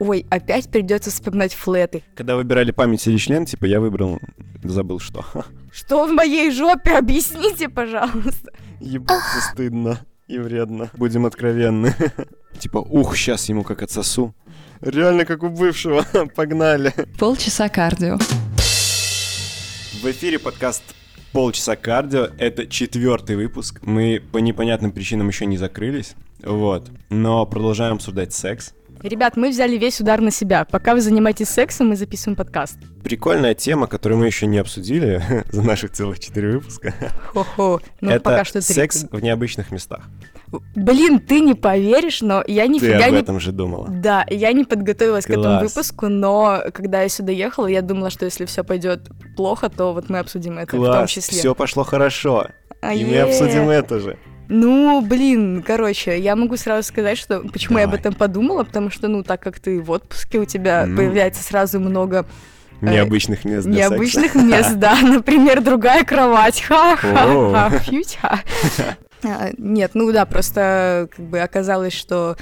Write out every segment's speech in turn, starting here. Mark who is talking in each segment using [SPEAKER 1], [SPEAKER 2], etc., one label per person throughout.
[SPEAKER 1] Ой, опять придется вспоминать флеты.
[SPEAKER 2] Когда выбирали память или член, типа я выбрал, забыл что.
[SPEAKER 1] Что в моей жопе? Объясните, пожалуйста.
[SPEAKER 2] Ебаться стыдно и вредно. Будем откровенны. Типа, ух, сейчас ему как отсосу. Реально, как у бывшего. Погнали.
[SPEAKER 3] Полчаса кардио.
[SPEAKER 2] В эфире подкаст «Полчаса кардио». Это четвертый выпуск. Мы по непонятным причинам еще не закрылись. Вот. Но продолжаем обсуждать секс.
[SPEAKER 1] Ребят, мы взяли весь удар на себя. Пока вы занимаетесь сексом, мы записываем подкаст.
[SPEAKER 2] Прикольная тема, которую мы еще не обсудили за наших целых четыре выпуска.
[SPEAKER 1] Хо-хо. Ну,
[SPEAKER 2] это
[SPEAKER 1] пока что три.
[SPEAKER 2] секс в необычных местах.
[SPEAKER 1] Блин, ты не поверишь, но я
[SPEAKER 2] Ты
[SPEAKER 1] нифига
[SPEAKER 2] об
[SPEAKER 1] не...
[SPEAKER 2] этом же думала.
[SPEAKER 1] Да, я не подготовилась к этому
[SPEAKER 2] Класс.
[SPEAKER 1] выпуску, но когда я сюда ехала, я думала, что если все пойдет плохо, то вот мы обсудим это в том
[SPEAKER 2] Класс,
[SPEAKER 1] числе. А
[SPEAKER 2] все пошло хорошо. И мы
[SPEAKER 1] Ае.
[SPEAKER 2] обсудим это же.
[SPEAKER 1] Ну, блин, короче, я могу сразу сказать, что почему я об
[SPEAKER 2] Давай.
[SPEAKER 1] этом подумала, потому что, ну, так как ты в отпуске, у тебя
[SPEAKER 2] М.
[SPEAKER 1] появляется сразу много Э,
[SPEAKER 2] Необычных мест для секса.
[SPEAKER 1] необычных мест, да, например, другая кровать, ха-ха-ха,
[SPEAKER 2] О.
[SPEAKER 1] фьюча. А, Нет, ну да, просто как бы оказалось, что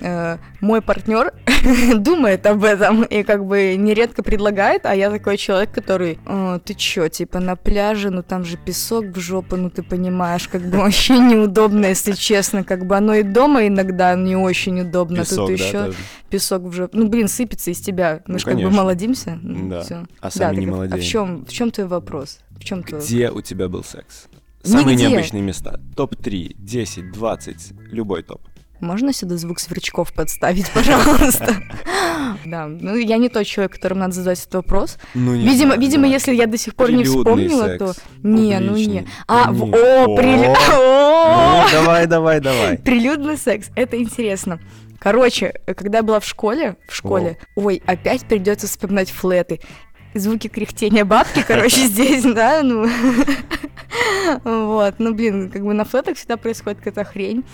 [SPEAKER 1] э, мой партнер думает об этом и как бы нередко предлагает, а я такой человек, который, «О, ты чё, типа на пляже, ну там же песок в жопу, ну ты понимаешь, как бы вообще неудобно, если честно, как бы оно и дома иногда не очень удобно, тут
[SPEAKER 2] Песок, да,
[SPEAKER 1] еще
[SPEAKER 2] тоже.
[SPEAKER 1] песок в жопу. Ну, блин, сыпется из тебя. Мы
[SPEAKER 2] Ну,
[SPEAKER 1] же как бы
[SPEAKER 2] конечно.
[SPEAKER 1] молодимся. ну,
[SPEAKER 2] Да.
[SPEAKER 1] всё.
[SPEAKER 2] А сами
[SPEAKER 1] так
[SPEAKER 2] не
[SPEAKER 1] а- А в
[SPEAKER 2] молодеем.
[SPEAKER 1] чем, в чем твой вопрос? В чем твой...
[SPEAKER 2] Где у тебя был секс? Самые
[SPEAKER 1] Нигде.
[SPEAKER 2] необычные места. Топ-3, 10, 20, любой топ.
[SPEAKER 1] Можно сюда звук сверчков подставить, пожалуйста? Да, ну я не тот человек, которому надо задать этот вопрос.
[SPEAKER 2] Ну, не
[SPEAKER 1] Видимо,
[SPEAKER 2] знаю,
[SPEAKER 1] видимо,
[SPEAKER 2] да.
[SPEAKER 1] если я до сих пор не
[SPEAKER 2] Прилюдный
[SPEAKER 1] вспомнила,
[SPEAKER 2] секс,
[SPEAKER 1] то... Не, ну не.
[SPEAKER 2] публичный.
[SPEAKER 1] А, в-
[SPEAKER 2] Не.
[SPEAKER 1] о, прили- О!
[SPEAKER 2] Ну, Давай, давай, давай.
[SPEAKER 1] Прилюдный секс, это интересно. Короче, когда я была в школе, в школе, ой, опять придется вспоминать флеты. Звуки кряхтения бабки, короче, здесь, да, ну. Вот, ну, блин, как бы на флетах всегда происходит какая-то хрень.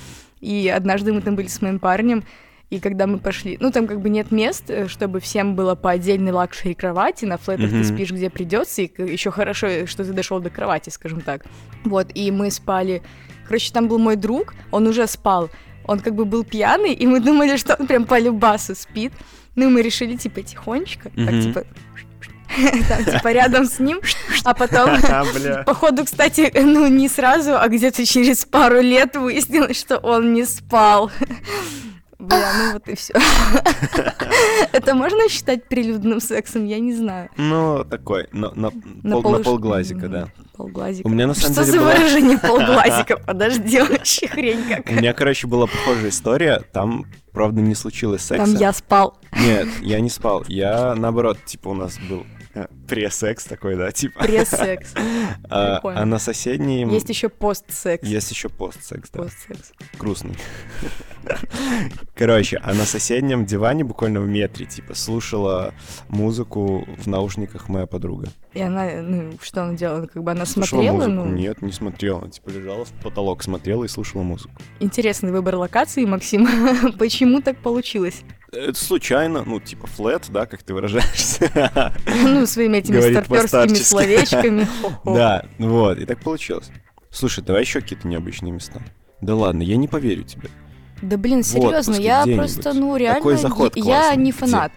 [SPEAKER 1] И однажды мы там были с моим парнем, и когда мы пошли, ну, там как бы нет мест, э, чтобы всем было по отдельной лакшери кровати, на флетах ты
[SPEAKER 2] Мгм.
[SPEAKER 1] спишь, где придется, и еще хорошо, э, что ты дошел до кровати, скажем так. Вот, и мы спали Короче, там был мой друг, он уже спал. Он как бы был пьяный, и мы думали, что он прям по любасу спит. Ну, и мы решили, типа, тихонечко, так,
[SPEAKER 2] Мгм.
[SPEAKER 1] типа, там, типа, рядом с ним, а потом...
[SPEAKER 2] Ха-ха, бля.
[SPEAKER 1] Походу, кстати, ну не сразу, а где-то через пару лет выяснилось, что он не спал. Бля, ну вот и все. Это можно считать прилюдным сексом? Я не знаю.
[SPEAKER 2] Ну, такой, на, на, пол-
[SPEAKER 1] полуш-
[SPEAKER 2] на полглазика, да.
[SPEAKER 1] Полглазика.
[SPEAKER 2] У меня на самом
[SPEAKER 1] Что за
[SPEAKER 2] деле была...
[SPEAKER 1] выражение полглазика? Подожди, вообще хрень
[SPEAKER 2] У
[SPEAKER 1] какая.
[SPEAKER 2] меня, короче, была похожая история. Там, правда, не случилось секса.
[SPEAKER 1] Там я спал.
[SPEAKER 2] Нет, я не спал. Я, наоборот, типа, у нас был э, пресекс такой, да, типа.
[SPEAKER 1] Пресс-секс.
[SPEAKER 2] А,
[SPEAKER 1] прикольно.
[SPEAKER 2] а на соседней...
[SPEAKER 1] Есть еще постсекс.
[SPEAKER 2] Есть еще постсекс, да.
[SPEAKER 1] Постсекс.
[SPEAKER 2] грустный. Короче, а на соседнем диване, буквально в метре, типа, слушала музыку в наушниках моя подруга.
[SPEAKER 1] И она, ну, что она делала? Как бы она
[SPEAKER 2] Слушала
[SPEAKER 1] смотрела,
[SPEAKER 2] музыку?
[SPEAKER 1] ну,
[SPEAKER 2] Нет, не смотрела. Типа, лежала в потолок, смотрела и слушала музыку.
[SPEAKER 1] интересный выбор локации, Максим. Почему так получилось?
[SPEAKER 2] Это случайно, ну, типа, флет, да, как ты выражаешься.
[SPEAKER 1] Ну, своими этими
[SPEAKER 2] Говорит
[SPEAKER 1] старперскими
[SPEAKER 2] по-старчески.
[SPEAKER 1] словечками. Хо-хо.
[SPEAKER 2] Да, ну вот, и так получилось. Слушай, давай еще какие-то необычные места. Да ладно, я не поверю тебе.
[SPEAKER 1] Да блин, серьезно,
[SPEAKER 2] отпуске
[SPEAKER 1] я
[SPEAKER 2] где-нибудь.
[SPEAKER 1] просто, ну, реально,
[SPEAKER 2] Такой заход
[SPEAKER 1] я- я
[SPEAKER 2] классный.
[SPEAKER 1] не
[SPEAKER 2] Где?
[SPEAKER 1] фанат.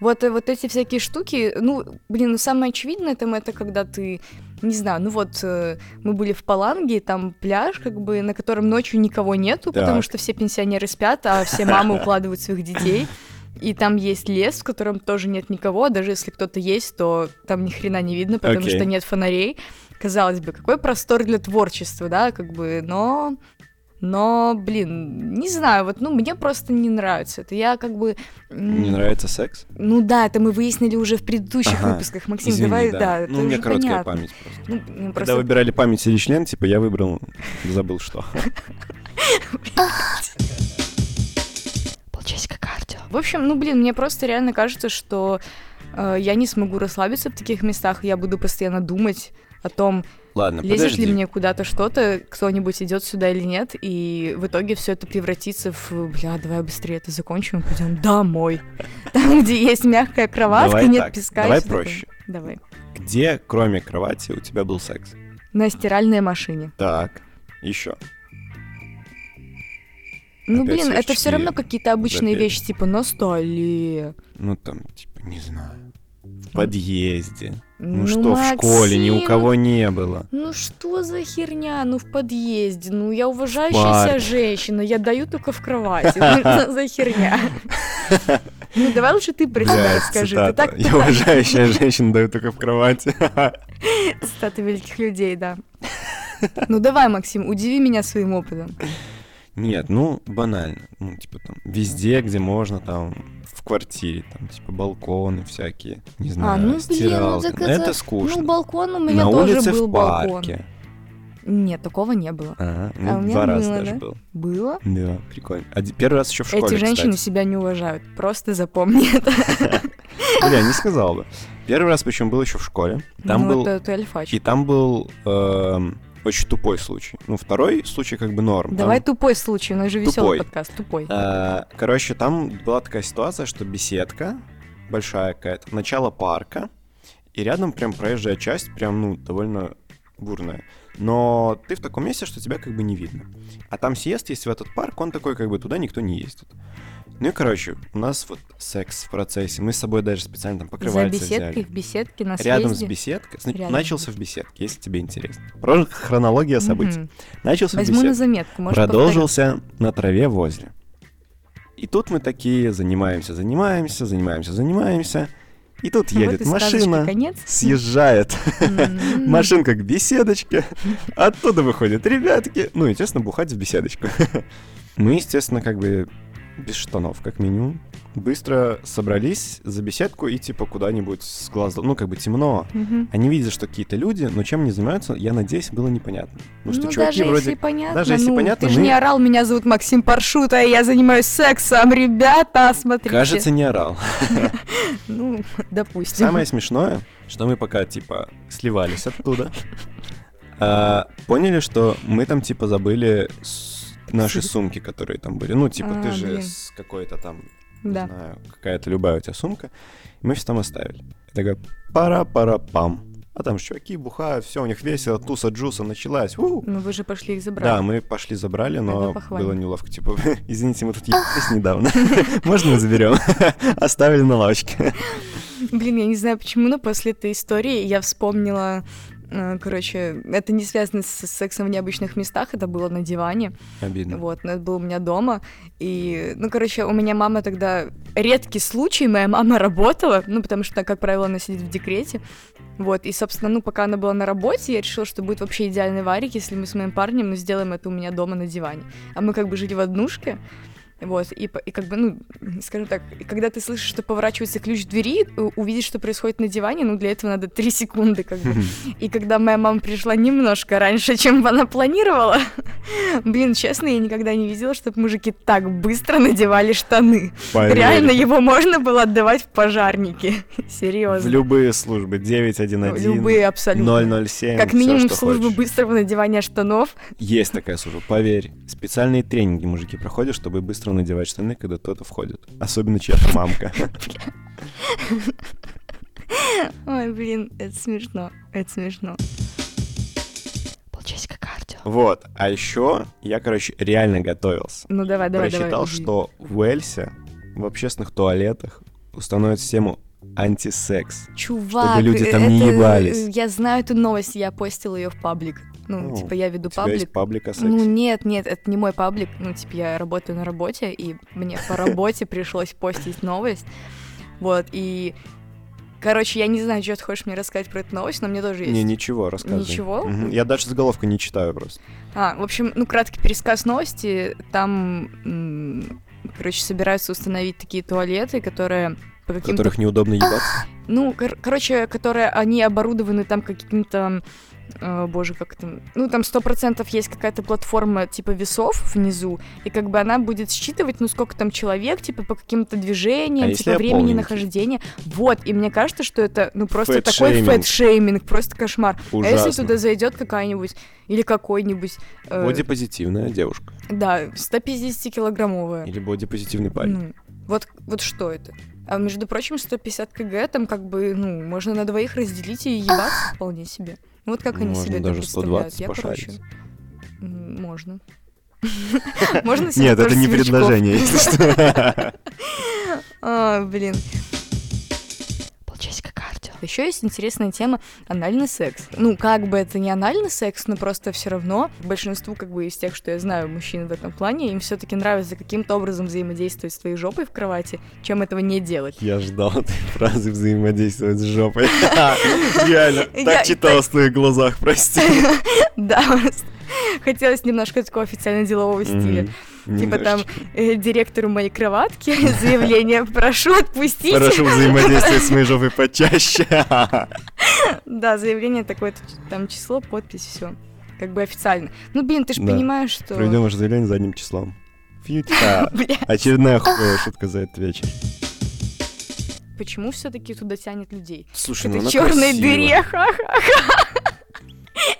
[SPEAKER 1] Вот, э, вот эти всякие штуки, ну, блин, ну, самое очевидное там это, когда ты, не знаю, ну вот э, мы были в Паланге, там пляж, как бы, на котором ночью никого нету, потому
[SPEAKER 2] Так.
[SPEAKER 1] что все пенсионеры спят, а все мамы укладывают своих детей. И там есть лес, в котором тоже нет никого, а даже если кто-то есть, то там ни хрена не видно, потому
[SPEAKER 2] Окей.
[SPEAKER 1] что нет фонарей. Казалось бы, какой простор для творчества, да, как бы, но... Но, блин, не знаю, вот, ну, мне просто не нравится это. Я как бы... м,
[SPEAKER 2] Не нравится секс?
[SPEAKER 1] Ну да, это мы выяснили уже в предыдущих
[SPEAKER 2] Ага.
[SPEAKER 1] выпусках. Максим,
[SPEAKER 2] Извини,
[SPEAKER 1] давай, да, это
[SPEAKER 2] Ну, у меня
[SPEAKER 1] уже
[SPEAKER 2] короткая
[SPEAKER 1] понятно.
[SPEAKER 2] память просто.
[SPEAKER 1] Ну, ну,
[SPEAKER 2] Когда
[SPEAKER 1] просто
[SPEAKER 2] выбирали память или член, типа, я выбрал, забыл что.
[SPEAKER 3] Полчасика кардио.
[SPEAKER 1] В общем, ну блин, мне просто реально кажется, что э, я не смогу расслабиться в таких местах, я буду постоянно думать о том,
[SPEAKER 2] Ладно,
[SPEAKER 1] лезет
[SPEAKER 2] подожди.
[SPEAKER 1] ли мне куда-то что-то, кто-нибудь идет сюда или нет, и в итоге все это превратится в бля, давай быстрее это закончим, пойдем домой. Там, где есть мягкая кроватка,
[SPEAKER 2] Давай
[SPEAKER 1] нет
[SPEAKER 2] так,
[SPEAKER 1] песка. и
[SPEAKER 2] давай
[SPEAKER 1] всё такое.
[SPEAKER 2] проще.
[SPEAKER 1] Давай.
[SPEAKER 2] Где, кроме кровати, у тебя был секс?
[SPEAKER 1] На стиральной машине.
[SPEAKER 2] Так, еще.
[SPEAKER 1] Ну,
[SPEAKER 2] Опять
[SPEAKER 1] блин, это все
[SPEAKER 2] свечки
[SPEAKER 1] равно какие-то обычные
[SPEAKER 2] запели.
[SPEAKER 1] вещи, типа на столе.
[SPEAKER 2] Ну, там, типа, не знаю. В подъезде. Ну,
[SPEAKER 1] Ну,
[SPEAKER 2] что в школе ни у
[SPEAKER 1] Максим,
[SPEAKER 2] кого не было.
[SPEAKER 1] Ну что за херня? Ну в подъезде. Ну я
[SPEAKER 2] парке.
[SPEAKER 1] уважающаяся женщина. Я даю только в кровати. Ну что за херня? Ну давай лучше ты про себя
[SPEAKER 2] Бля,
[SPEAKER 1] расскажи.
[SPEAKER 2] цитата.
[SPEAKER 1] Ты так
[SPEAKER 2] Я уважающая женщина даю только в кровати.
[SPEAKER 1] цитаты великих людей, да. Ну давай, Максим, удиви меня своим опытом.
[SPEAKER 2] Нет, ну, банально. Ну, типа там, везде, где можно, там, в квартире, там, типа, балконы всякие, не знаю,
[SPEAKER 1] ну, блин, ну,
[SPEAKER 2] стиралка.
[SPEAKER 1] так
[SPEAKER 2] Ну,
[SPEAKER 1] это-
[SPEAKER 2] это
[SPEAKER 1] Ну,
[SPEAKER 2] скучно.
[SPEAKER 1] балкон у меня
[SPEAKER 2] На улице
[SPEAKER 1] тоже был
[SPEAKER 2] в
[SPEAKER 1] балкон.
[SPEAKER 2] парке.
[SPEAKER 1] Нет, такого не было.
[SPEAKER 2] Ага,
[SPEAKER 1] А у
[SPEAKER 2] ну,
[SPEAKER 1] меня
[SPEAKER 2] два раза
[SPEAKER 1] было,
[SPEAKER 2] даже
[SPEAKER 1] да?
[SPEAKER 2] был.
[SPEAKER 1] Было?
[SPEAKER 2] Да, прикольно. Один- Первый раз еще в школе,
[SPEAKER 1] Эти женщины
[SPEAKER 2] кстати.
[SPEAKER 1] себя не уважают. Просто запомни это.
[SPEAKER 2] Бля, не сказал бы. Первый раз, причем, был еще в школе. Там
[SPEAKER 1] Ну,
[SPEAKER 2] был
[SPEAKER 1] это- это альфач.
[SPEAKER 2] И там был эм, очень тупой случай. Ну, второй случай как бы норм. Там,
[SPEAKER 1] Давай тупой случай, у нас же
[SPEAKER 2] Тупой.
[SPEAKER 1] веселый подкаст, тупой.
[SPEAKER 2] э, короче, там была такая ситуация, что беседка большая какая-то, начало парка, и рядом прям проезжая часть, прям, ну, довольно бурная. Но ты в таком месте, что тебя как бы не видно. А там съезд есть в этот парк, он такой, как бы туда никто не ездит. Ну и, короче, у нас вот секс в процессе. Мы с собой даже специально там
[SPEAKER 1] За
[SPEAKER 2] покрывальца взяли.
[SPEAKER 1] беседкой, в беседке, на съезде.
[SPEAKER 2] Рядом с беседкой. Сна-
[SPEAKER 1] Рядом.
[SPEAKER 2] Начался в беседке, если тебе интересно. Просто хронология событий.
[SPEAKER 1] Мгм.
[SPEAKER 2] Начался в
[SPEAKER 1] Возьму
[SPEAKER 2] беседке.
[SPEAKER 1] на заметку, может,
[SPEAKER 2] Продолжился на траве возле. И тут мы такие занимаемся, занимаемся, занимаемся, занимаемся. И тут
[SPEAKER 1] повторю.
[SPEAKER 2] едет
[SPEAKER 1] Вот и Ну, сказочке
[SPEAKER 2] машина,
[SPEAKER 1] конец.
[SPEAKER 2] съезжает
[SPEAKER 1] М-м.
[SPEAKER 2] машинка к беседочке, оттуда выходят ребятки. Ну, естественно, бухать в беседочку. Мы, естественно, как бы без штанов, как минимум. Быстро собрались за беседку и типа куда-нибудь с глаз... Ну, как бы темно,
[SPEAKER 1] Мгм.
[SPEAKER 2] они видят, что какие-то люди, но чем они занимаются, я надеюсь, было непонятно. Потому что
[SPEAKER 1] ну,
[SPEAKER 2] чуваки
[SPEAKER 1] даже
[SPEAKER 2] вроде...
[SPEAKER 1] если понятно,
[SPEAKER 2] даже если
[SPEAKER 1] ну,
[SPEAKER 2] понятно,
[SPEAKER 1] ты же
[SPEAKER 2] мы-
[SPEAKER 1] не орал, меня зовут Максим Паршута, и я занимаюсь сексом, ребята, смотрите.
[SPEAKER 2] Кажется, не орал.
[SPEAKER 1] Ну, допустим.
[SPEAKER 2] Самое смешное, что мы пока, типа, сливались оттуда, а, поняли, что мы там, типа, забыли с- наши сумки, которые там были. Ну, типа,
[SPEAKER 1] А,
[SPEAKER 2] ты же
[SPEAKER 1] блин.
[SPEAKER 2] с какой-то там, не
[SPEAKER 1] Да.
[SPEAKER 2] знаю, какая-то любая у тебя сумка. И мы все там оставили. Я такой, пара-пара-пам. А там ж чуваки бухают, все, у них весело, туса-джуса началась. у.
[SPEAKER 1] Ну, вы же пошли их забрать.
[SPEAKER 2] Да, мы пошли забрали, но
[SPEAKER 1] Это похвально.
[SPEAKER 2] было неловко. Типа, извините, мы тут ебались недавно. Можно мы заберем? Оставили на лавочке.
[SPEAKER 1] Блин, я не знаю почему, но после этой истории я вспомнила, э, короче, это не связано с сексом в необычных местах, это было на диване,
[SPEAKER 2] Обидно.
[SPEAKER 1] вот, но это было у меня дома, и, ну, короче, у меня мама тогда, редкий случай, моя мама работала, ну, потому что, как правило, она сидит в декрете, вот, и, собственно, ну, пока она была на работе, я решила, что будет вообще идеальный варик, если мы с моим парнем, ну, сделаем это у меня дома на диване. А мы как бы жили в однушке, вот, и, по- и как бы, ну, скажем так, и когда ты слышишь, что поворачивается ключ в двери, у- увидеть, что происходит на диване, ну, для этого надо три секунды, как бы. И когда моя мама пришла немножко раньше, чем она планировала, блин, честно, я никогда не видела, чтобы мужики так быстро надевали штаны.
[SPEAKER 2] Поверь.
[SPEAKER 1] Реально, его можно было отдавать в пожарники.
[SPEAKER 2] В
[SPEAKER 1] Серьезно.
[SPEAKER 2] любые службы. 911.
[SPEAKER 1] Любые абсолютно.
[SPEAKER 2] 007.
[SPEAKER 1] Как
[SPEAKER 2] всё,
[SPEAKER 1] минимум
[SPEAKER 2] что
[SPEAKER 1] службы
[SPEAKER 2] хочешь.
[SPEAKER 1] быстрого надевания штанов.
[SPEAKER 2] Есть такая служба, поверь. Специальные тренинги мужики проходят, чтобы быстро надевать штаны, когда кто-то входит. Особенно чья-то мамка.
[SPEAKER 1] Ой, блин, это смешно, это смешно.
[SPEAKER 3] Полчасика кардио.
[SPEAKER 2] Вот. А еще я, короче, реально готовился.
[SPEAKER 1] Ну давай, давай, давай.
[SPEAKER 2] прочитал,
[SPEAKER 1] иди.
[SPEAKER 2] что в Уэльсе в общественных туалетах установят систему антисекс.
[SPEAKER 1] Чувак,
[SPEAKER 2] люди там не
[SPEAKER 1] это- э,
[SPEAKER 2] ебались.
[SPEAKER 1] Я знаю эту новость, я постила ее в паблик. Ну,
[SPEAKER 2] Ну,
[SPEAKER 1] типа, я веду
[SPEAKER 2] У тебя есть
[SPEAKER 1] паблик.
[SPEAKER 2] паблика секс?
[SPEAKER 1] Ну, нет, нет, это не мой паблик. Ну, типа, я работаю на работе, и мне по работе пришлось постить новость. Вот, и... Короче, я не знаю, что ты хочешь мне рассказать про эту новость, но мне тоже есть.
[SPEAKER 2] Не, ничего, рассказывай.
[SPEAKER 1] Ничего?
[SPEAKER 2] Мгм, Я даже заголовка не читаю просто.
[SPEAKER 1] А, в общем, ну, краткий пересказ новости. Там, м, короче, собираются установить такие туалеты, которые по
[SPEAKER 2] В
[SPEAKER 1] каким-то
[SPEAKER 2] которых неудобно ебаться.
[SPEAKER 1] Ну, кор- короче, которые они оборудованы там каким-то... э, боже, как там... Ну, там сто процентов есть какая-то платформа типа весов внизу, и как бы она будет считывать, ну, сколько там человек, типа, по каким-то движениям,
[SPEAKER 2] А если
[SPEAKER 1] типа,
[SPEAKER 2] я
[SPEAKER 1] времени
[SPEAKER 2] полненький?
[SPEAKER 1] нахождения. Вот, и мне кажется, что это, ну, просто такой
[SPEAKER 2] Фэт-шейминг.
[SPEAKER 1] фэт-шейминг, просто кошмар. А если
[SPEAKER 2] Ужасно.
[SPEAKER 1] туда зайдет какая-нибудь или какой-нибудь... э,
[SPEAKER 2] Бодипозитивная девушка.
[SPEAKER 1] Да, 150-килограммовая.
[SPEAKER 2] Или бодипозитивный парень.
[SPEAKER 1] Ну, вот, вот что это? А между прочим, 150 кг там как бы, ну, можно на двоих разделить и ебаться вполне себе. Ну, вот как они
[SPEAKER 2] Можно
[SPEAKER 1] себе это
[SPEAKER 2] даже
[SPEAKER 1] представляют.
[SPEAKER 2] 120
[SPEAKER 1] Я, короче,
[SPEAKER 2] пошарить.
[SPEAKER 1] м, можно. Можно себе
[SPEAKER 2] Нет, это
[SPEAKER 1] тоже
[SPEAKER 2] не
[SPEAKER 1] сверчков?
[SPEAKER 2] предложение, если что.
[SPEAKER 1] А, блин.
[SPEAKER 3] Полчасика кардио.
[SPEAKER 1] Еще есть интересная тема анальный секс. Ну, как бы это не анальный секс, но просто все равно большинству, как бы из тех, что я знаю, мужчин в этом плане, им все-таки нравится каким-то образом взаимодействовать с твоей жопой в кровати, чем этого не делать.
[SPEAKER 2] Я ждал этой фразы взаимодействовать с жопой. Реально,
[SPEAKER 1] Я-
[SPEAKER 2] так читал в твоих глазах, прости.
[SPEAKER 1] Да, просто хотелось немножко такого официально-делового стиля.
[SPEAKER 2] Мгм.
[SPEAKER 1] Типа там
[SPEAKER 2] Немножечко.
[SPEAKER 1] э, директору моей кроватки заявление «Прошу отпустить».
[SPEAKER 2] Прошу взаимодействовать с моей жопой почаще.
[SPEAKER 1] Да, заявление такое-то, там число, подпись, все. Как бы официально. Ну, блин, ты же
[SPEAKER 2] Да.
[SPEAKER 1] понимаешь, что...
[SPEAKER 2] Проведем ваше заявление задним числом. Фьючка.
[SPEAKER 1] Бля,
[SPEAKER 2] Очередная хуевая шутка за этот вечер.
[SPEAKER 1] почему все-таки туда тянет людей?
[SPEAKER 2] Слушай, ну
[SPEAKER 1] Это черной дыре, ха-ха-ха.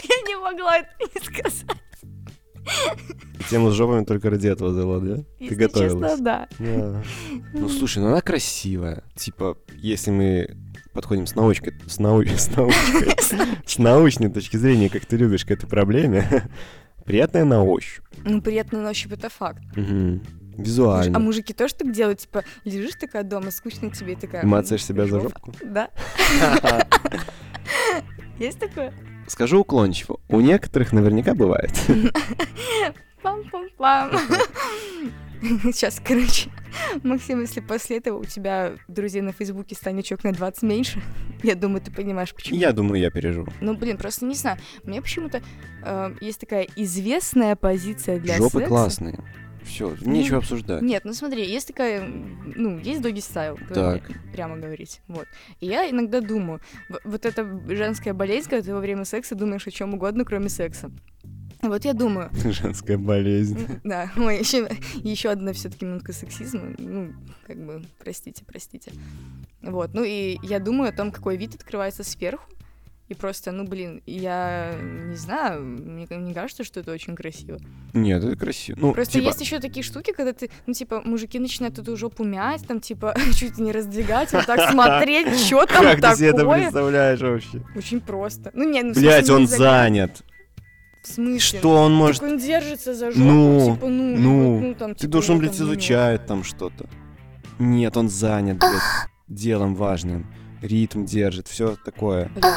[SPEAKER 1] Я не могла это не сказать.
[SPEAKER 2] Тему с жопами только ради этого взяла, да? Ты
[SPEAKER 1] Если честно,
[SPEAKER 2] готовилась?
[SPEAKER 1] да.
[SPEAKER 2] Да. Ну слушай, ну она красивая. Типа, если мы подходим с научкой, с, нау... с научкой, с научной точки зрения, как ты любишь к этой проблеме, приятная на ощупь.
[SPEAKER 1] Ну, приятно на ощупь, это факт.
[SPEAKER 2] Мгм.
[SPEAKER 1] Слушай, А
[SPEAKER 2] Визуально.
[SPEAKER 1] мужики тоже так делают? Типа, лежишь такая дома, скучно тебе, и такая...
[SPEAKER 2] И Мацаешь себя за
[SPEAKER 1] жопа.
[SPEAKER 2] жопку.
[SPEAKER 1] Да. Есть такое?
[SPEAKER 2] Скажу уклончиво, у некоторых наверняка бывает.
[SPEAKER 1] Пам-пам-пам. Сейчас, короче, Максим, если после этого у тебя друзей на Фейсбуке станет человек на 20 меньше, я думаю, ты понимаешь, почему.
[SPEAKER 2] Я думаю, я переживу.
[SPEAKER 1] Ну, блин, просто не знаю. Мне почему-то э, есть такая известная позиция для
[SPEAKER 2] Жопы
[SPEAKER 1] секса.
[SPEAKER 2] классные. Все, нечего обсуждать.
[SPEAKER 1] Нет, ну смотри, есть такая, м, ну, есть доги стайл,
[SPEAKER 2] Так.
[SPEAKER 1] прямо говорить, вот. И я иногда думаю, в- вот эта женская болезнь, когда ты во время секса думаешь о чем угодно, кроме секса. Вот я думаю,
[SPEAKER 2] Женская болезнь.
[SPEAKER 1] М, Да, ой, еще, еще одна все-таки минутка сексизма. Ну, как бы, простите, простите. Вот, ну и я думаю о том, какой вид открывается сверху. И просто, ну, блин, я не знаю, мне ка- не кажется, что это очень красиво.
[SPEAKER 2] Нет, это красиво. Ну,
[SPEAKER 1] Просто
[SPEAKER 2] типа,
[SPEAKER 1] есть еще такие штуки, когда ты, ну, типа, мужики начинают эту жопу мять, там, типа, чуть не раздвигать, вот так смотреть, что там
[SPEAKER 2] Как ты себе это
[SPEAKER 1] такое.
[SPEAKER 2] представляешь вообще?
[SPEAKER 1] Очень просто. Ну, не, ну, в смысле,
[SPEAKER 2] Блять,
[SPEAKER 1] не
[SPEAKER 2] он
[SPEAKER 1] залез-
[SPEAKER 2] занят.
[SPEAKER 1] В смысле?
[SPEAKER 2] Что он
[SPEAKER 1] Так
[SPEAKER 2] может?
[SPEAKER 1] он держится за жопу,
[SPEAKER 2] Ну,
[SPEAKER 1] типа, ну,
[SPEAKER 2] ну,
[SPEAKER 1] вот, там,
[SPEAKER 2] Ты
[SPEAKER 1] типа,
[SPEAKER 2] должен,
[SPEAKER 1] я
[SPEAKER 2] блядь,
[SPEAKER 1] там, ну,
[SPEAKER 2] изучает там что-то. Нет, он занят, блядь, делом важным. Ритм держит, все такое.
[SPEAKER 1] Бля,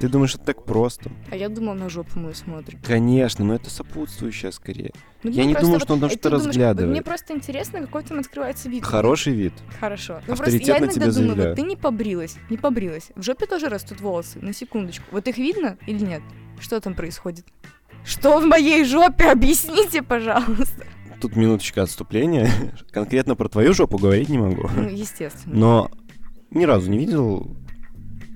[SPEAKER 2] Ты думаешь, это так просто?
[SPEAKER 1] А я думала, на жопу мы смотрим.
[SPEAKER 2] Конечно, но это сопутствующее скорее.
[SPEAKER 1] Ну,
[SPEAKER 2] Я
[SPEAKER 1] мне
[SPEAKER 2] не
[SPEAKER 1] просто
[SPEAKER 2] думаю, что он там
[SPEAKER 1] э, ты
[SPEAKER 2] что-то
[SPEAKER 1] думаешь,
[SPEAKER 2] разглядывает.
[SPEAKER 1] Мне просто интересно, какой там открывается вид.
[SPEAKER 2] Хороший вид.
[SPEAKER 1] Хорошо. Ну просто я
[SPEAKER 2] Авторитетно
[SPEAKER 1] иногда
[SPEAKER 2] тебе
[SPEAKER 1] думаю,
[SPEAKER 2] заявляю.
[SPEAKER 1] вот ты не побрилась, не побрилась. В жопе тоже растут волосы, на секундочку. Вот их видно или нет? Что там происходит? Что в моей жопе? Объясните, пожалуйста.
[SPEAKER 2] Тут минуточка отступления. Конкретно про твою жопу говорить не могу.
[SPEAKER 1] Ну, естественно.
[SPEAKER 2] Но ни разу не видел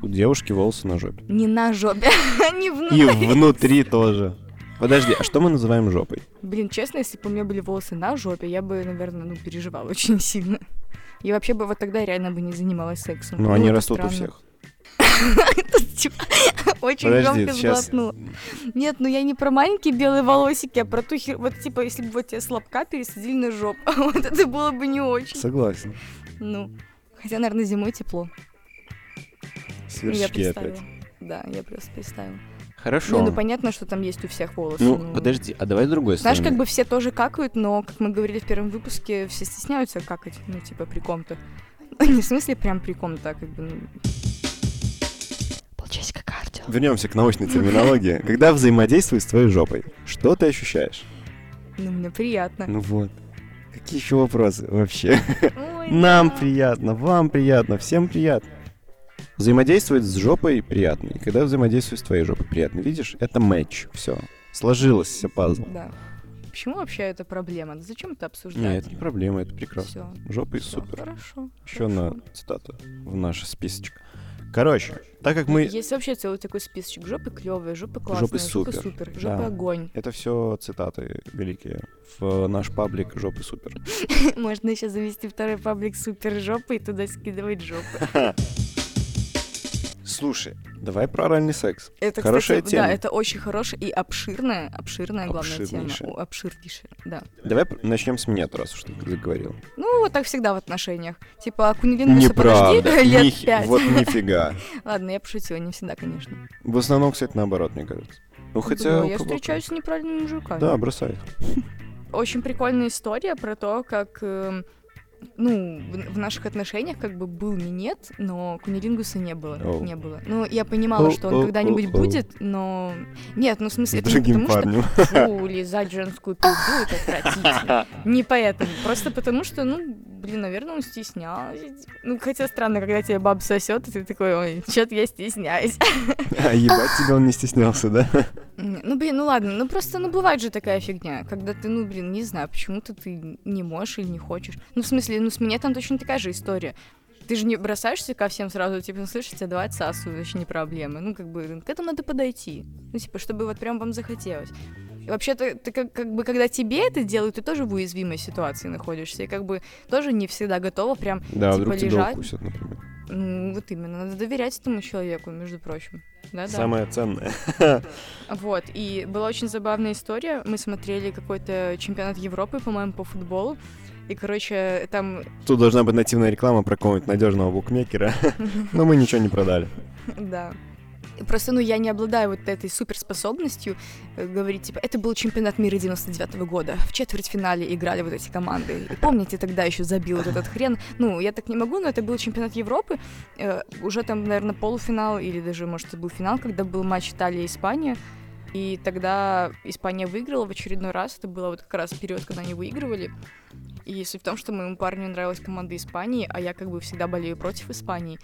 [SPEAKER 2] у девушки волосы на жопе.
[SPEAKER 1] Не на жопе, а не
[SPEAKER 2] И
[SPEAKER 1] внутри.
[SPEAKER 2] внутри тоже. Подожди, а что мы называем жопой?
[SPEAKER 1] Блин, честно, если бы у меня были волосы на жопе, я бы, наверное, ну, переживала очень сильно. И вообще бы вот тогда реально бы не занималась сексом.
[SPEAKER 2] Ну, они
[SPEAKER 1] это
[SPEAKER 2] растут у
[SPEAKER 1] странно.
[SPEAKER 2] всех.
[SPEAKER 1] Тут, типа, Очень
[SPEAKER 2] Подожди,
[SPEAKER 1] громко
[SPEAKER 2] щас-
[SPEAKER 1] сглотнула. Нет, ну я не про маленькие белые волосики, а про ту хер... Вот, типа, если бы вот тебе с лобка пересадили на жопу, вот это было бы не очень.
[SPEAKER 2] Согласен.
[SPEAKER 1] Ну, хотя, наверное, зимой тепло. Ну, я
[SPEAKER 2] Сверчки
[SPEAKER 1] представила.
[SPEAKER 2] опять.
[SPEAKER 1] Да, я просто представила.
[SPEAKER 2] Хорошо.
[SPEAKER 1] Не, ну понятно, что там есть у всех волосы.
[SPEAKER 2] Ну, подожди, а давай другой
[SPEAKER 1] Знаешь, как бы все тоже какают, но, как мы говорили в первом выпуске, все стесняются какать, ну, типа, при ком-то. Не в смысле прям при ком-то, а как бы, ну,
[SPEAKER 3] Полчасика кардио.
[SPEAKER 2] Вернемся к научной терминологии. Когда взаимодействуешь с твоей жопой, что ты ощущаешь?
[SPEAKER 1] ну, мне приятно.
[SPEAKER 2] Ну вот. Какие еще вопросы вообще?
[SPEAKER 1] Ой,
[SPEAKER 2] Нам
[SPEAKER 1] да.
[SPEAKER 2] приятно, вам приятно, всем приятно. Взаимодействовать с жопой приятно. И когда взаимодействуешь с твоей жопой приятно, видишь, это матч. Все. Сложилось все пазл.
[SPEAKER 1] Да. Почему вообще это проблема? Зачем это
[SPEAKER 2] Нет,
[SPEAKER 1] обсуждать?
[SPEAKER 2] это не проблема, это прекрасно.
[SPEAKER 1] Все,
[SPEAKER 2] Жопой супер.
[SPEAKER 1] Хорошо.
[SPEAKER 2] Еще
[SPEAKER 1] хорошо.
[SPEAKER 2] на цитату в наш списочек. Короче, так как мы...
[SPEAKER 1] Есть вообще целый такой списочек. Жопы клевые, жопы классные,
[SPEAKER 2] Жопы
[SPEAKER 1] жопы
[SPEAKER 2] супер,
[SPEAKER 1] супер,
[SPEAKER 2] да.
[SPEAKER 1] жопы огонь.
[SPEAKER 2] Это все цитаты великие в наш паблик «Жопы супер».
[SPEAKER 1] Можно еще завести второй паблик супер жопы и туда скидывать жопы.
[SPEAKER 2] Слушай, давай про оральный секс.
[SPEAKER 1] Это,
[SPEAKER 2] Хорошая
[SPEAKER 1] кстати,
[SPEAKER 2] тема.
[SPEAKER 1] да, это очень хорошая и обширная, обширная главная тема.
[SPEAKER 2] Обширнейшая.
[SPEAKER 1] О, Обширнейшая, да.
[SPEAKER 2] Давай пр- начнем с меня, раз уж ты заговорил.
[SPEAKER 1] Ну, вот так всегда в отношениях. Типа, кунилингус подожди лет
[SPEAKER 2] Нихи-
[SPEAKER 1] пять.
[SPEAKER 2] Вот нифига.
[SPEAKER 1] Ладно, я пошутила, не всегда, конечно.
[SPEAKER 2] В основном, кстати, наоборот, мне кажется. Ну, хотя...
[SPEAKER 1] Бля,
[SPEAKER 2] у
[SPEAKER 1] я
[SPEAKER 2] кого как.
[SPEAKER 1] встречаюсь с неправильными мужиками.
[SPEAKER 2] Да, бросай их.
[SPEAKER 1] Очень прикольная история про то, как эм, ну, в, в наших отношениях как бы был минет, но кунилингуса не было.
[SPEAKER 2] Оу.
[SPEAKER 1] Не было. Ну, я понимала, что он
[SPEAKER 2] Оу, оу,
[SPEAKER 1] когда-нибудь
[SPEAKER 2] оу, оу.
[SPEAKER 1] будет, но... Нет, ну, в смысле,
[SPEAKER 2] С
[SPEAKER 1] это не
[SPEAKER 2] другим
[SPEAKER 1] потому, что
[SPEAKER 2] парнем.
[SPEAKER 1] Фу, лизать женскую пизду, это отвратительно. Не поэтому. Просто потому, что, ну, блин, наверное, он стеснялся. Ну, хотя странно, когда тебя баба сосет, и ты такой, ой, чё-то я стесняюсь.
[SPEAKER 2] А, Ебать тебя он не стеснялся, да?
[SPEAKER 1] М, Ну, блин, ну ладно, ну просто, ну, бывает же такая фигня, когда ты, ну, блин, не знаю, почему-то ты не можешь или не хочешь. Ну, в смысле, ну, с меня там точно такая же история. Ты же не бросаешься ко всем сразу, типа, ну, слышишь, тебя два отсасывают, вообще не проблема. Ну, как бы, к этому надо подойти. Ну, типа, чтобы вот прям вам захотелось. И вообще-то, ты как, как бы, когда тебе это делают, ты тоже в уязвимой ситуации находишься. И как бы тоже не всегда готова прям,
[SPEAKER 2] Да,
[SPEAKER 1] Типа
[SPEAKER 2] вдруг тебя
[SPEAKER 1] лежать.
[SPEAKER 2] укусят, например.
[SPEAKER 1] ну, вот именно, надо доверять этому человеку, между прочим. Да-да.
[SPEAKER 2] Самое ценное.
[SPEAKER 1] Вот, и была очень забавная история. Мы смотрели какой-то чемпионат Европы, по-моему, по футболу. И, короче, там,
[SPEAKER 2] Тут должна быть нативная реклама про какого-нибудь надежного букмекера. Но мы ничего не продали.
[SPEAKER 1] да. И Просто, ну, я не обладаю вот этой суперспособностью э, говорить, типа, это был чемпионат мира 99 года, в четвертьфинале играли вот эти команды. И помните, тогда еще забил вот этот хрен. Ну, я так не могу, но это был чемпионат Европы, Э, уже там, наверное, полуфинал или даже, может, это был финал, когда был матч Италия и Испания. И тогда Испания выиграла в очередной раз. Это было вот как раз период, когда они выигрывали. И суть в том, что моему парню нравилась команда Испании, а я как бы всегда болею против Испании.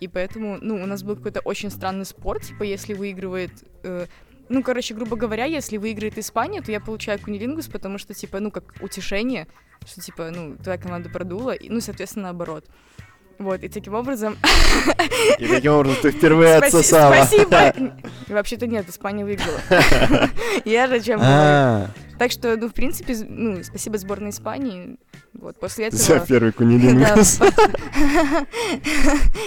[SPEAKER 1] И поэтому, ну, у нас был какой-то очень странный спор, типа, если выигрывает... э, ну, короче, грубо говоря, если выиграет Испания, то я получаю кунилингус, потому что, типа, ну, как утешение, что, типа, ну, твоя команда продула, и, ну, соответственно, наоборот. Вот, и таким образом
[SPEAKER 2] И таким образом ты впервые
[SPEAKER 1] Спаси-
[SPEAKER 2] отсосала.
[SPEAKER 1] Спасибо. Вообще-то нет, Испания выиграла. Я же чем была.
[SPEAKER 2] А,
[SPEAKER 1] Так что, ну, в принципе, з- ну, спасибо сборной Испании. Вот, после
[SPEAKER 2] за
[SPEAKER 1] этого...
[SPEAKER 2] первый
[SPEAKER 1] Да,
[SPEAKER 2] кунилингус.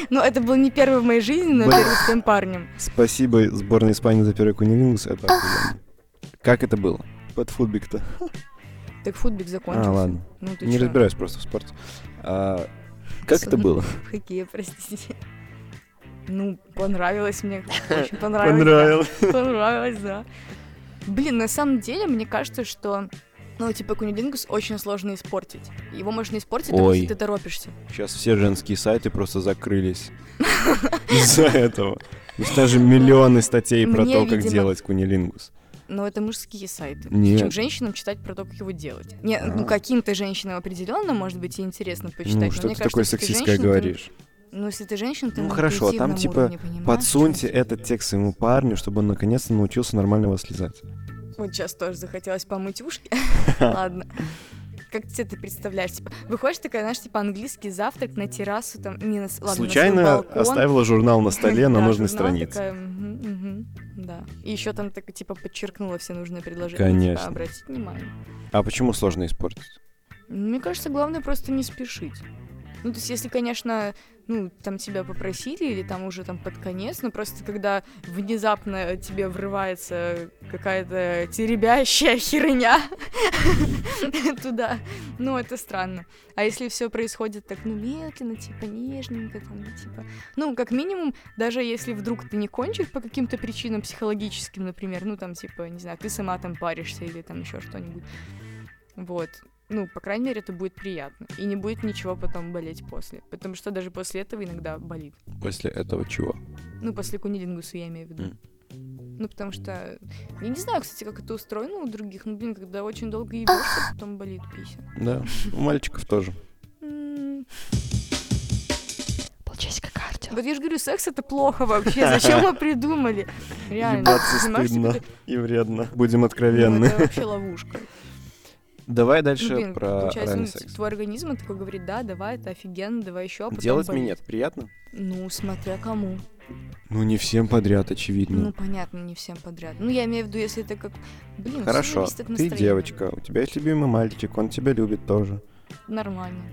[SPEAKER 1] Ну, это был не первый в моей жизни, но
[SPEAKER 2] Блин.
[SPEAKER 1] первый с тем парнем.
[SPEAKER 2] Спасибо сборной Испании за первый кунилингус. Это охуенно. Как это было? Под футбик-то.
[SPEAKER 1] Так футбик закончился.
[SPEAKER 2] А, ладно.
[SPEAKER 1] Ну, ты
[SPEAKER 2] Не
[SPEAKER 1] чё?
[SPEAKER 2] разбираюсь просто в спорте. А, Как это
[SPEAKER 1] Сон.
[SPEAKER 2] было?
[SPEAKER 1] В хоккее, простите. Ну, понравилось мне. Очень понравилось.
[SPEAKER 2] Понравилось.
[SPEAKER 1] Понравилось, да. Блин, на самом деле, мне кажется, что, ну, типа, кунилингус очень сложно испортить. Его можно испортить, только
[SPEAKER 2] Ой.
[SPEAKER 1] если ты торопишься.
[SPEAKER 2] Сейчас все женские сайты просто закрылись из-за этого. Есть даже миллионы статей про
[SPEAKER 1] Мне,
[SPEAKER 2] то, как
[SPEAKER 1] видимо,
[SPEAKER 2] делать кунилингус.
[SPEAKER 1] Но это мужские сайты.
[SPEAKER 2] Нет.
[SPEAKER 1] Чем женщинам читать про то, как его делать? Не,
[SPEAKER 2] А.
[SPEAKER 1] ну, каким-то женщинам определенно, может быть, и интересно почитать.
[SPEAKER 2] Ну,
[SPEAKER 1] но
[SPEAKER 2] что
[SPEAKER 1] мне
[SPEAKER 2] ты
[SPEAKER 1] кажется,
[SPEAKER 2] такое
[SPEAKER 1] если ты
[SPEAKER 2] сексистское
[SPEAKER 1] женщина, ты-
[SPEAKER 2] говоришь?
[SPEAKER 1] ну, если ты женщина, ты
[SPEAKER 2] Ну,
[SPEAKER 1] на
[SPEAKER 2] хорошо, там,
[SPEAKER 1] интуитивном
[SPEAKER 2] типа,
[SPEAKER 1] уровне понимаешь,
[SPEAKER 2] Подсуньте
[SPEAKER 1] что-
[SPEAKER 2] этот текст своему парню, чтобы он наконец-то научился нормально вас слезать.
[SPEAKER 1] Вот сейчас тоже захотелось помыть ушки. Ладно. Как тебе ты представляешь? Типа, выходишь такая, знаешь, типа английский завтрак на террасу, там, не на с- ладно, на свой
[SPEAKER 2] Случайно
[SPEAKER 1] балкон.
[SPEAKER 2] оставила журнал на столе на
[SPEAKER 1] Да,
[SPEAKER 2] нужной
[SPEAKER 1] журнал
[SPEAKER 2] странице.
[SPEAKER 1] такая, мгм, мгм, Да. И еще там так, типа, подчеркнула все нужные предложения.
[SPEAKER 2] Конечно.
[SPEAKER 1] Типа, обратить внимание.
[SPEAKER 2] А почему сложно испортить?
[SPEAKER 1] Ну, Мне кажется, главное просто не спешить. Ну, то есть, если, конечно, ну, там тебя попросили или там уже там под конец, но просто когда внезапно тебе врывается какая-то теребящая херня туда, ну, это странно. А если все происходит так, ну, медленно, типа, нежненько, там, ну, типа... Ну, как минимум, даже если вдруг ты не кончишь по каким-то причинам психологическим, например, ну, там, типа, не знаю, ты сама там паришься или там еще что-нибудь, вот, ну, по крайней мере, это будет приятно. И не будет ничего потом болеть после. Потому что даже после этого иногда болит.
[SPEAKER 2] После этого чего?
[SPEAKER 1] Ну, после кунилингуса я имею в виду.
[SPEAKER 2] М.
[SPEAKER 1] Ну, потому что... Я не знаю, кстати, как это устроено у других. Ну, блин, когда очень долго ебешься, потом болит пися.
[SPEAKER 2] Да, у мальчиков тоже.
[SPEAKER 1] М,
[SPEAKER 3] Получись как кардио.
[SPEAKER 1] Вот я же говорю, секс это плохо вообще. Зачем мы придумали? Реально.
[SPEAKER 2] Ебаться
[SPEAKER 1] Понимаешь,
[SPEAKER 2] стыдно
[SPEAKER 1] типа,
[SPEAKER 2] и вредно. Будем
[SPEAKER 1] ты- ну,
[SPEAKER 2] откровенны.
[SPEAKER 1] это вообще ловушка.
[SPEAKER 2] Давай
[SPEAKER 1] Ну,
[SPEAKER 2] дальше
[SPEAKER 1] блин,
[SPEAKER 2] про
[SPEAKER 1] получается, ну,
[SPEAKER 2] оральный секс.
[SPEAKER 1] твой организм он такой говорит, да, давай, это офигенно, давай еще, а потом
[SPEAKER 2] Делать
[SPEAKER 1] болит.
[SPEAKER 2] минет приятно?
[SPEAKER 1] Ну, смотря кому.
[SPEAKER 2] Ну, не всем подряд,
[SPEAKER 1] Ну,
[SPEAKER 2] очевидно.
[SPEAKER 1] понятно, не всем подряд. Ну, я имею в виду, если это как... Блин, всё
[SPEAKER 2] Хорошо,
[SPEAKER 1] зависит от
[SPEAKER 2] ты
[SPEAKER 1] настроения.
[SPEAKER 2] девочка, у тебя есть любимый мальчик, он тебя любит тоже.
[SPEAKER 1] Нормально,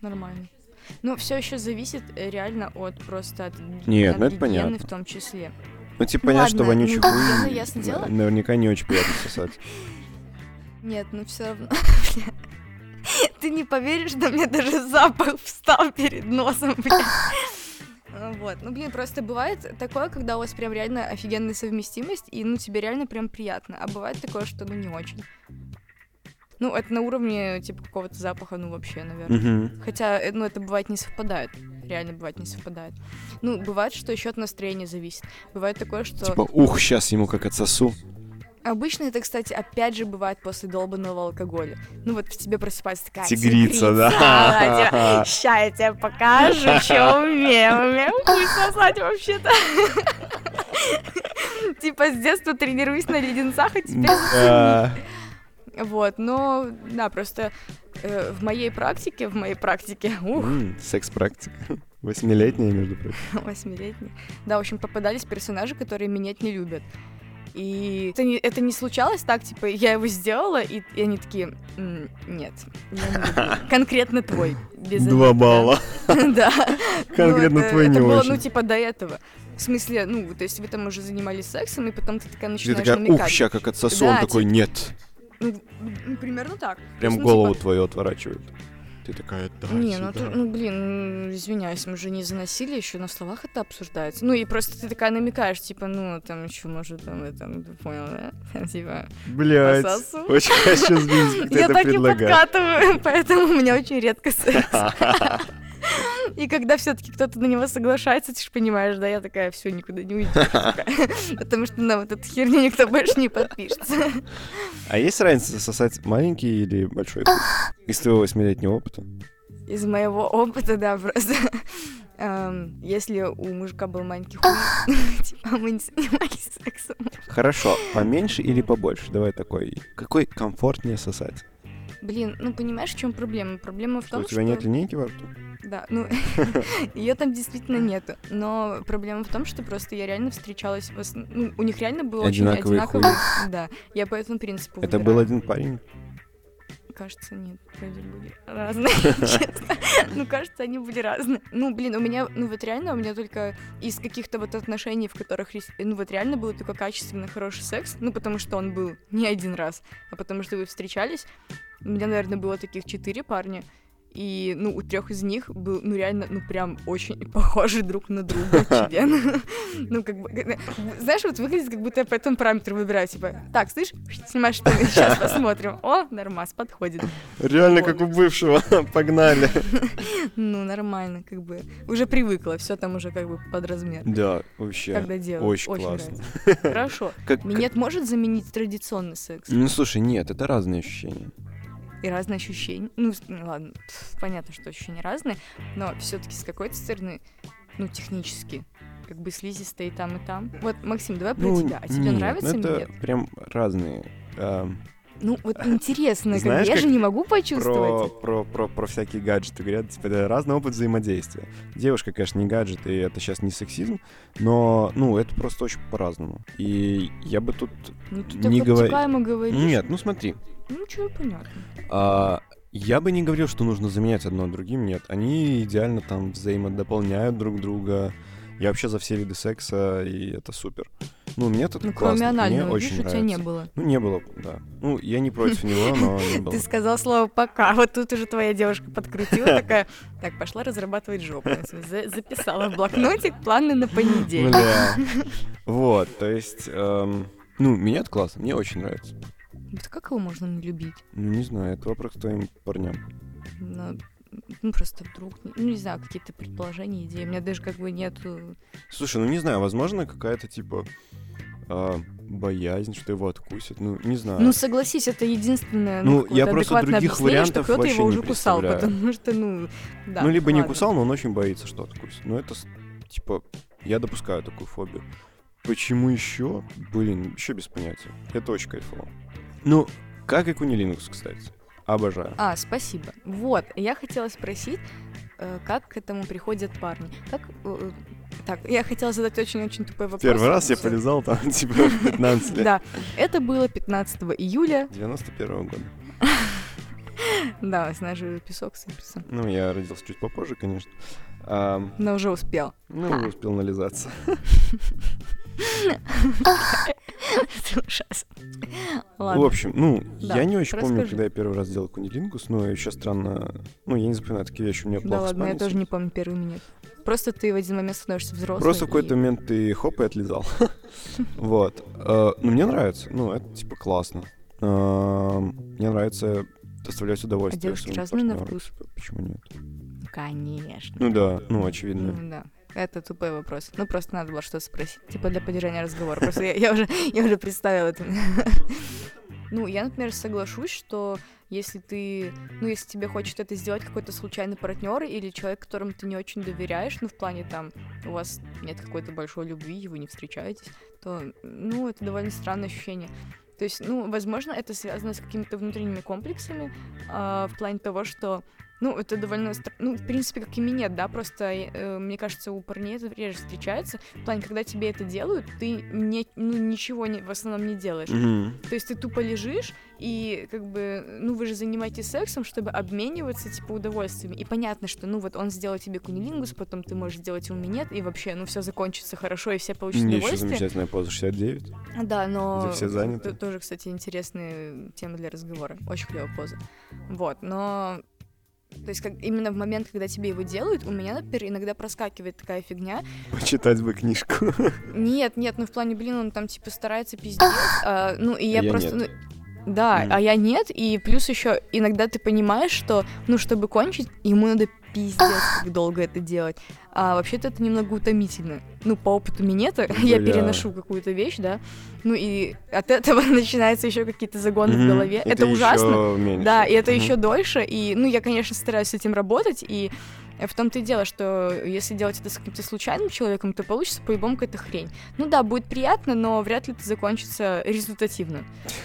[SPEAKER 1] нормально. Ну, все еще зависит э, реально от просто от,
[SPEAKER 2] Нет,
[SPEAKER 1] от
[SPEAKER 2] ну это
[SPEAKER 1] гигиены
[SPEAKER 2] понятно.
[SPEAKER 1] в том числе.
[SPEAKER 2] Ну, типа,
[SPEAKER 1] Ну,
[SPEAKER 2] понятно, что
[SPEAKER 1] ладно,
[SPEAKER 2] вонючий
[SPEAKER 1] ну,
[SPEAKER 2] хуй
[SPEAKER 1] ясно, ясно
[SPEAKER 2] н-
[SPEAKER 1] дело.
[SPEAKER 2] наверняка не очень приятно сосать.
[SPEAKER 1] Нет, ну все равно. Ты не поверишь, да мне даже запах встал перед носом, блядь. Вот, ну блин, просто бывает такое, когда у вас прям реально офигенная совместимость, и ну тебе реально прям приятно. А бывает такое, что ну не очень. Ну, это на уровне, типа, какого-то запаха, ну, вообще, наверное.
[SPEAKER 2] Мгм.
[SPEAKER 1] Хотя, э, ну, это бывает не совпадает. Реально бывает не совпадает. Ну, бывает, что еще от настроения зависит. Бывает такое, что...
[SPEAKER 2] Типа, ух, сейчас ему как отсосу.
[SPEAKER 1] Обычно это, кстати, опять же бывает после долбанного алкоголя. Ну вот в тебе просыпается такая
[SPEAKER 2] Тигрица, да.
[SPEAKER 1] Ща я тебе покажу, что умею. Умею хуй сосать вообще-то. Типа с детства тренируюсь на леденцах, а теперь...
[SPEAKER 2] Да.
[SPEAKER 1] Вот, но, да, просто э, в моей практике, в моей практике, ух,
[SPEAKER 2] М, Секс-практика. Восьмилетняя, между прочим.
[SPEAKER 1] Восьмилетний. Да, в общем, попадались персонажи, которые менять не любят. И это не, это не случалось так, типа, я его сделала, и, и они такие, «М, нет, я не люблю. конкретно твой. без
[SPEAKER 2] Два
[SPEAKER 1] этого».
[SPEAKER 2] балла.
[SPEAKER 1] Да.
[SPEAKER 2] Конкретно
[SPEAKER 1] Ну, это-
[SPEAKER 2] твой не
[SPEAKER 1] Это было,
[SPEAKER 2] очень.
[SPEAKER 1] ну, типа, до этого. В смысле, ну, то есть вы там уже занимались сексом, и потом ты такая
[SPEAKER 2] Ты
[SPEAKER 1] начинаешь
[SPEAKER 2] такая, ух,
[SPEAKER 1] намекать.
[SPEAKER 2] ща как отсосу. Он
[SPEAKER 1] Да, типа,
[SPEAKER 2] такой, нет.
[SPEAKER 1] Ну, ну, примерно так.
[SPEAKER 2] Прям
[SPEAKER 1] Ну,
[SPEAKER 2] голову
[SPEAKER 1] типа,
[SPEAKER 2] твою отворачивает. Ты такая, да,
[SPEAKER 1] Не, ну,
[SPEAKER 2] сюда».
[SPEAKER 1] это- ну блин, ну, извиняюсь, мы же не заносили, еще на словах это обсуждается. Ну и просто ты такая намекаешь, типа, ну там еще может там это, ну, ты понял, да? Там, Типа,
[SPEAKER 2] Блять,
[SPEAKER 1] пососу.
[SPEAKER 2] очень хочу сбить, как ты
[SPEAKER 1] я
[SPEAKER 2] это
[SPEAKER 1] так и
[SPEAKER 2] предлагаешь.
[SPEAKER 1] подкатываю, поэтому у меня очень редко секс. И когда все-таки кто-то на него соглашается, ты же понимаешь, да, я такая, все, никуда не уйду. типа». Потому что на вот эту херню никто больше не подпишется.
[SPEAKER 2] А есть разница сосать маленький или большой? пуп? Из твоего восьмилетнего опыта?
[SPEAKER 1] Из моего опыта, да, просто. эм, Если у мужика был маленький хуй, типа мы не занимались сексом.
[SPEAKER 2] Хорошо, поменьше или побольше? Давай такой. Какой комфортнее сосать?
[SPEAKER 1] Блин, ну понимаешь, в чем проблема? Проблема в
[SPEAKER 2] Что,
[SPEAKER 1] том,
[SPEAKER 2] у тебя нет линейки во рту?
[SPEAKER 1] Да, ну, ее там действительно нету. Но проблема в том, что просто я реально встречалась... в основ- ну, у них реально было очень
[SPEAKER 2] Одинаковые
[SPEAKER 1] одинаковые... Да, я по этому принципу
[SPEAKER 2] Это
[SPEAKER 1] выбираю.
[SPEAKER 2] был один парень.
[SPEAKER 1] Кажется, нет, вроде были разные, честно. Ну, кажется, они были разные. Ну, блин, у меня, ну вот реально, у меня только из каких-то вот отношений, в которых, рис- ну вот реально был только качественно хороший секс, ну потому что он был не один раз, а потому что вы встречались. У меня, наверное, было таких четыре парня, и, ну, у трех из них был, ну, реально, ну, прям очень похожий друг на друга член. Ну, как бы, э, знаешь, вот выглядит, как будто я по этому параметру выбираю, типа, так, слышь, снимаешь штаны, сейчас посмотрим. О, нормас, подходит.
[SPEAKER 2] Реально,
[SPEAKER 1] как
[SPEAKER 2] у бывшего. Погнали.
[SPEAKER 1] Ну, нормально, как бы. Уже привыкла, все там уже как бы под размер.
[SPEAKER 2] Да, вообще.
[SPEAKER 1] Когда делаю.
[SPEAKER 2] Очень классно.
[SPEAKER 1] нравится. Хорошо.
[SPEAKER 2] Как-
[SPEAKER 1] Минет может заменить традиционный секс
[SPEAKER 2] Ну слушай, нет, это разные ощущения.
[SPEAKER 1] и разные ощущения. Ну, с- ну, ладно, пф, понятно, что ощущения разные, но все-таки с какой-то стороны, ну, технически, как бы слизистые и там, и там. Вот, Максим, давай про тебя. А тебе
[SPEAKER 2] Ну, нет,
[SPEAKER 1] нравится
[SPEAKER 2] это
[SPEAKER 1] минет?
[SPEAKER 2] прям разные. эм,
[SPEAKER 1] Ну, вот интересно, как бы,
[SPEAKER 2] Знаешь,
[SPEAKER 1] я
[SPEAKER 2] как
[SPEAKER 1] же не могу
[SPEAKER 2] про,
[SPEAKER 1] почувствовать.
[SPEAKER 2] про, про, про всякие гаджеты говорят, типа, это разный опыт взаимодействия. Девушка, конечно, не гаджет, и это сейчас не сексизм, но, ну, это просто очень по-разному. И я бы тут...
[SPEAKER 1] Ну, ты
[SPEAKER 2] не
[SPEAKER 1] так
[SPEAKER 2] говори-
[SPEAKER 1] обтекаемо говоришь.
[SPEAKER 2] Нет, ну смотри,
[SPEAKER 1] Ну, чего понятно.
[SPEAKER 2] а, я бы не говорил, что нужно заменять одно другим, нет. Они идеально там взаимодополняют друг друга. Я вообще за все виды секса, и это супер. Ну, мне это
[SPEAKER 1] Ну,
[SPEAKER 2] классно,
[SPEAKER 1] кроме
[SPEAKER 2] мне
[SPEAKER 1] анального,
[SPEAKER 2] очень
[SPEAKER 1] видишь, у тебя
[SPEAKER 2] нравится.
[SPEAKER 1] не было.
[SPEAKER 2] Ну, не было, да. Ну, я не против него, но не было.
[SPEAKER 1] Ты сказал слово «пока», вот тут уже твоя девушка подкрутила такая, так, пошла разрабатывать жопу. За- Записала в блокнотик планы на понедельник.
[SPEAKER 2] Бля. Вот, то есть, эм, ну, меня это классно, мне очень нравится.
[SPEAKER 1] Вот как его можно не любить?
[SPEAKER 2] Ну, не знаю, это вопрос к твоим парням.
[SPEAKER 1] Ну, ну, просто вдруг, ну, не знаю, какие-то предположения, идеи. У меня даже как бы нету...
[SPEAKER 2] Слушай, ну, не знаю, возможно, какая-то, типа, э, боязнь, что его откусят, ну, не знаю.
[SPEAKER 1] Ну, согласись, это единственное
[SPEAKER 2] Ну,
[SPEAKER 1] какое-то
[SPEAKER 2] я просто
[SPEAKER 1] адекватное
[SPEAKER 2] других
[SPEAKER 1] объяснение,
[SPEAKER 2] вариантов
[SPEAKER 1] что кто-то
[SPEAKER 2] вообще
[SPEAKER 1] его
[SPEAKER 2] не
[SPEAKER 1] уже кусал,
[SPEAKER 2] представляю.
[SPEAKER 1] потому что, ну, да.
[SPEAKER 2] Ну, либо не
[SPEAKER 1] ладно.
[SPEAKER 2] кусал, но он очень боится, что откусит. Ну, это, с- типа, я допускаю такую фобию. Почему еще? Блин, еще без понятия. Это очень кайфово. Ну, как и Кунилингус, кстати. Обожаю.
[SPEAKER 1] А, спасибо. Вот, я хотела спросить, э, как к этому приходят парни? Как... э, Так, я хотела задать очень-очень тупой вопрос. Всё.
[SPEAKER 2] полезал там, типа, в 15
[SPEAKER 1] Да, это было 15 июля.
[SPEAKER 2] 91 года.
[SPEAKER 1] Да, с нас же песок сыпется.
[SPEAKER 2] Ну, я родился чуть попозже, конечно. Ам,
[SPEAKER 1] Но уже успел.
[SPEAKER 2] ну, не успел нализаться.
[SPEAKER 1] Это ужасно.
[SPEAKER 2] В
[SPEAKER 1] Ладно.
[SPEAKER 2] общем, ну,
[SPEAKER 1] Да,
[SPEAKER 2] я не очень помню,
[SPEAKER 1] расскажи.
[SPEAKER 2] когда я первый раз делал кунилингус, но еще странно... Ну, я не запоминаю такие вещи, у меня
[SPEAKER 1] Да
[SPEAKER 2] плохо
[SPEAKER 1] ладно, я
[SPEAKER 2] вспомнить.
[SPEAKER 1] тоже не помню первый минет. Просто ты в один момент становишься взрослым.
[SPEAKER 2] Просто в
[SPEAKER 1] и-
[SPEAKER 2] какой-то момент А, ты хоп и отлизал. Вот. Э, Ну, мне нравится. Ну, это, типа, классно. Эм, Мне нравится доставлять удовольствие.
[SPEAKER 1] А девушки
[SPEAKER 2] своему
[SPEAKER 1] разные на
[SPEAKER 2] партнеру.
[SPEAKER 1] вкус?
[SPEAKER 2] Почему нет?
[SPEAKER 1] Ну, Конечно.
[SPEAKER 2] Ну да, ну очевидно.
[SPEAKER 1] Ну да. Это тупой вопрос. Ну, просто надо было что-то спросить. Типа для поддержания разговора. Просто я, я уже, я уже представила это. Ну, я, например, соглашусь, что если ты, ну, если тебе хочет это сделать какой-то случайный партнер или человек, которому ты не очень доверяешь, ну, в плане там, у вас нет какой-то большой любви, и вы не встречаетесь, то, ну, это довольно странное ощущение. То есть, ну, возможно, это связано с какими-то внутренними комплексами, а, в плане того, что ну, это довольно... стра- Ну, в принципе, как и меня, да, просто, э, мне кажется, у парней это реже встречается. В плане, когда тебе это делают, ты не, ну, ничего не, в основном не делаешь.
[SPEAKER 2] Мгм.
[SPEAKER 1] То есть ты тупо лежишь, и как бы, ну, вы же занимаетесь сексом, чтобы обмениваться, типа, удовольствиями. И понятно, что, ну, вот он сделал тебе кунилингус, потом ты можешь сделать ему нет, и вообще, ну, все закончится хорошо, и все получат
[SPEAKER 2] Мне еще
[SPEAKER 1] удовольствие.
[SPEAKER 2] замечательная поза 69.
[SPEAKER 1] Да, но...
[SPEAKER 2] Где все заняты.
[SPEAKER 1] т- Тоже, кстати, интересная тема для разговора. Очень клевая поза. Вот, но... То есть как, именно в момент, когда тебе его делают, у меня, например, иногда проскакивает такая фигня.
[SPEAKER 2] Почитать бы книжку.
[SPEAKER 1] Нет, нет, ну в плане, блин, он там типа старается пиздеть. а, ну и я,
[SPEAKER 2] А я
[SPEAKER 1] просто...
[SPEAKER 2] нет.
[SPEAKER 1] ну, да,
[SPEAKER 2] Мгм.
[SPEAKER 1] а я нет, и плюс еще иногда ты понимаешь, что, ну, чтобы кончить, ему надо пиздец, как долго это делать. А вообще-то это немного утомительно. Ну, по опыту минета
[SPEAKER 2] Ну,
[SPEAKER 1] я
[SPEAKER 2] да.
[SPEAKER 1] переношу какую-то вещь, да, ну и от этого начинаются еще какие-то загоны в
[SPEAKER 2] Мгм.
[SPEAKER 1] голове.
[SPEAKER 2] И
[SPEAKER 1] это
[SPEAKER 2] ты
[SPEAKER 1] ужасно.
[SPEAKER 2] ещё меньше.
[SPEAKER 1] Да, и это
[SPEAKER 2] Мгм.
[SPEAKER 1] еще дольше. И, ну, я, конечно, стараюсь с этим работать. И в том-то и дело, что если делать это с каким-то случайным человеком, то получится по-любому какая-то хрень. Ну да, будет приятно, но вряд ли это закончится результативно,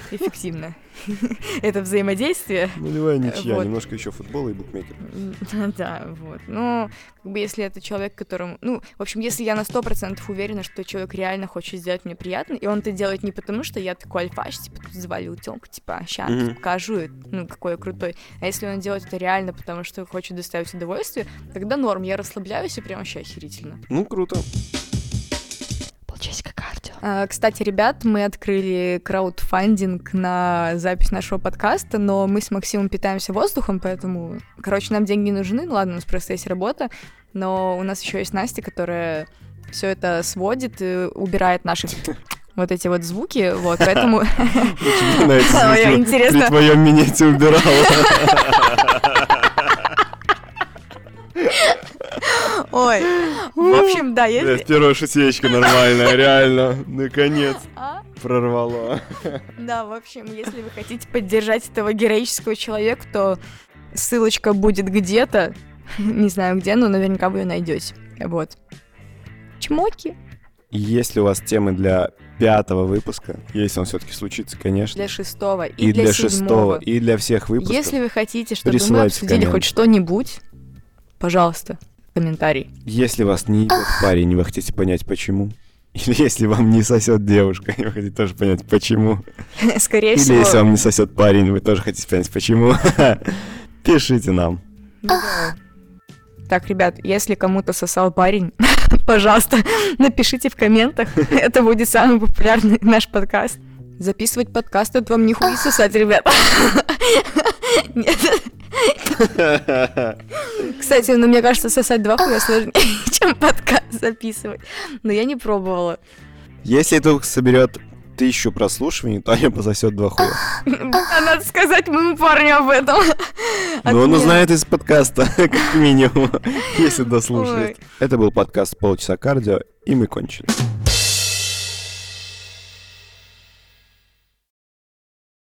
[SPEAKER 1] эффективно. Это взаимодействие.
[SPEAKER 2] Ну давай ничья,
[SPEAKER 1] Вот.
[SPEAKER 2] немножко еще футбола и букмекер.
[SPEAKER 1] Да, вот. Ну, как бы если это человек, которому... Ну, в общем, если я на 100% уверена, что человек реально хочет сделать мне приятно, и он это делает не потому, что я такой альфаш, типа, тут завалил тёлку, типа, ща
[SPEAKER 2] Мгм.
[SPEAKER 1] покажу, и, ну, какой я крутой. А если он делает это реально, потому что хочет доставить удовольствие, тогда норм, я расслабляюсь, и прям вообще охерительно.
[SPEAKER 2] Ну круто.
[SPEAKER 3] Получись как кардио.
[SPEAKER 1] А, Кстати, ребят, мы открыли краудфандинг на запись нашего подкаста, но мы с Максимом питаемся воздухом, поэтому, короче, нам деньги не нужны. Ну ладно, у нас просто есть работа, но у нас еще есть Настя, которая все это сводит, и убирает наши вот эти вот звуки, вот, поэтому
[SPEAKER 2] Тебе на эти
[SPEAKER 1] Ой,
[SPEAKER 2] звуки
[SPEAKER 1] интересно.
[SPEAKER 2] При твоем минете убирала.
[SPEAKER 1] Ой, в общем, да,
[SPEAKER 2] Блядь,
[SPEAKER 1] есть...
[SPEAKER 2] первая шутеечка нормальная, реально. Наконец.
[SPEAKER 1] А?
[SPEAKER 2] Прорвала.
[SPEAKER 1] Да, в общем, если вы хотите поддержать этого героического человека, то ссылочка будет где-то. Не знаю где, но наверняка вы ее найдете. Вот. Чмоки.
[SPEAKER 2] Если у вас темы для пятого выпуска, если он все-таки случится, конечно,
[SPEAKER 1] Для шестого и,
[SPEAKER 2] и
[SPEAKER 1] для,
[SPEAKER 2] для шестого,
[SPEAKER 1] седьмого.
[SPEAKER 2] и для всех выпусков,
[SPEAKER 1] Если вы хотите, чтобы мы
[SPEAKER 2] Присылайте
[SPEAKER 1] обсудили
[SPEAKER 2] комменты.
[SPEAKER 1] хоть что-нибудь, пожалуйста, комментарий.
[SPEAKER 2] если вас не ебет парень, и вы хотите понять, почему, или если вам не сосет девушка, и вы хотите тоже понять, почему,
[SPEAKER 1] Скорее
[SPEAKER 2] или
[SPEAKER 1] всего.
[SPEAKER 2] если вам не сосет парень, вы тоже хотите понять, почему, пишите нам.
[SPEAKER 1] Ну да. Так, ребят, если кому-то сосал парень, пожалуйста, напишите в комментах. Это будет самый популярный наш подкаст. Записывать подкаст это вам не хуй сосать, ребят. Нет. Кстати, ну мне кажется, сосать два хуя сложнее, чем подкаст записывать. Но я не пробовала.
[SPEAKER 2] Если это соберет тысячу прослушиваний, то Аня пососет два хуя.
[SPEAKER 1] А Надо сказать моему парню об этом. А
[SPEAKER 2] Но он
[SPEAKER 1] мне-
[SPEAKER 2] узнает из подкаста, как минимум, если дослушает. Это был подкаст «Полчаса кардио», и мы кончили.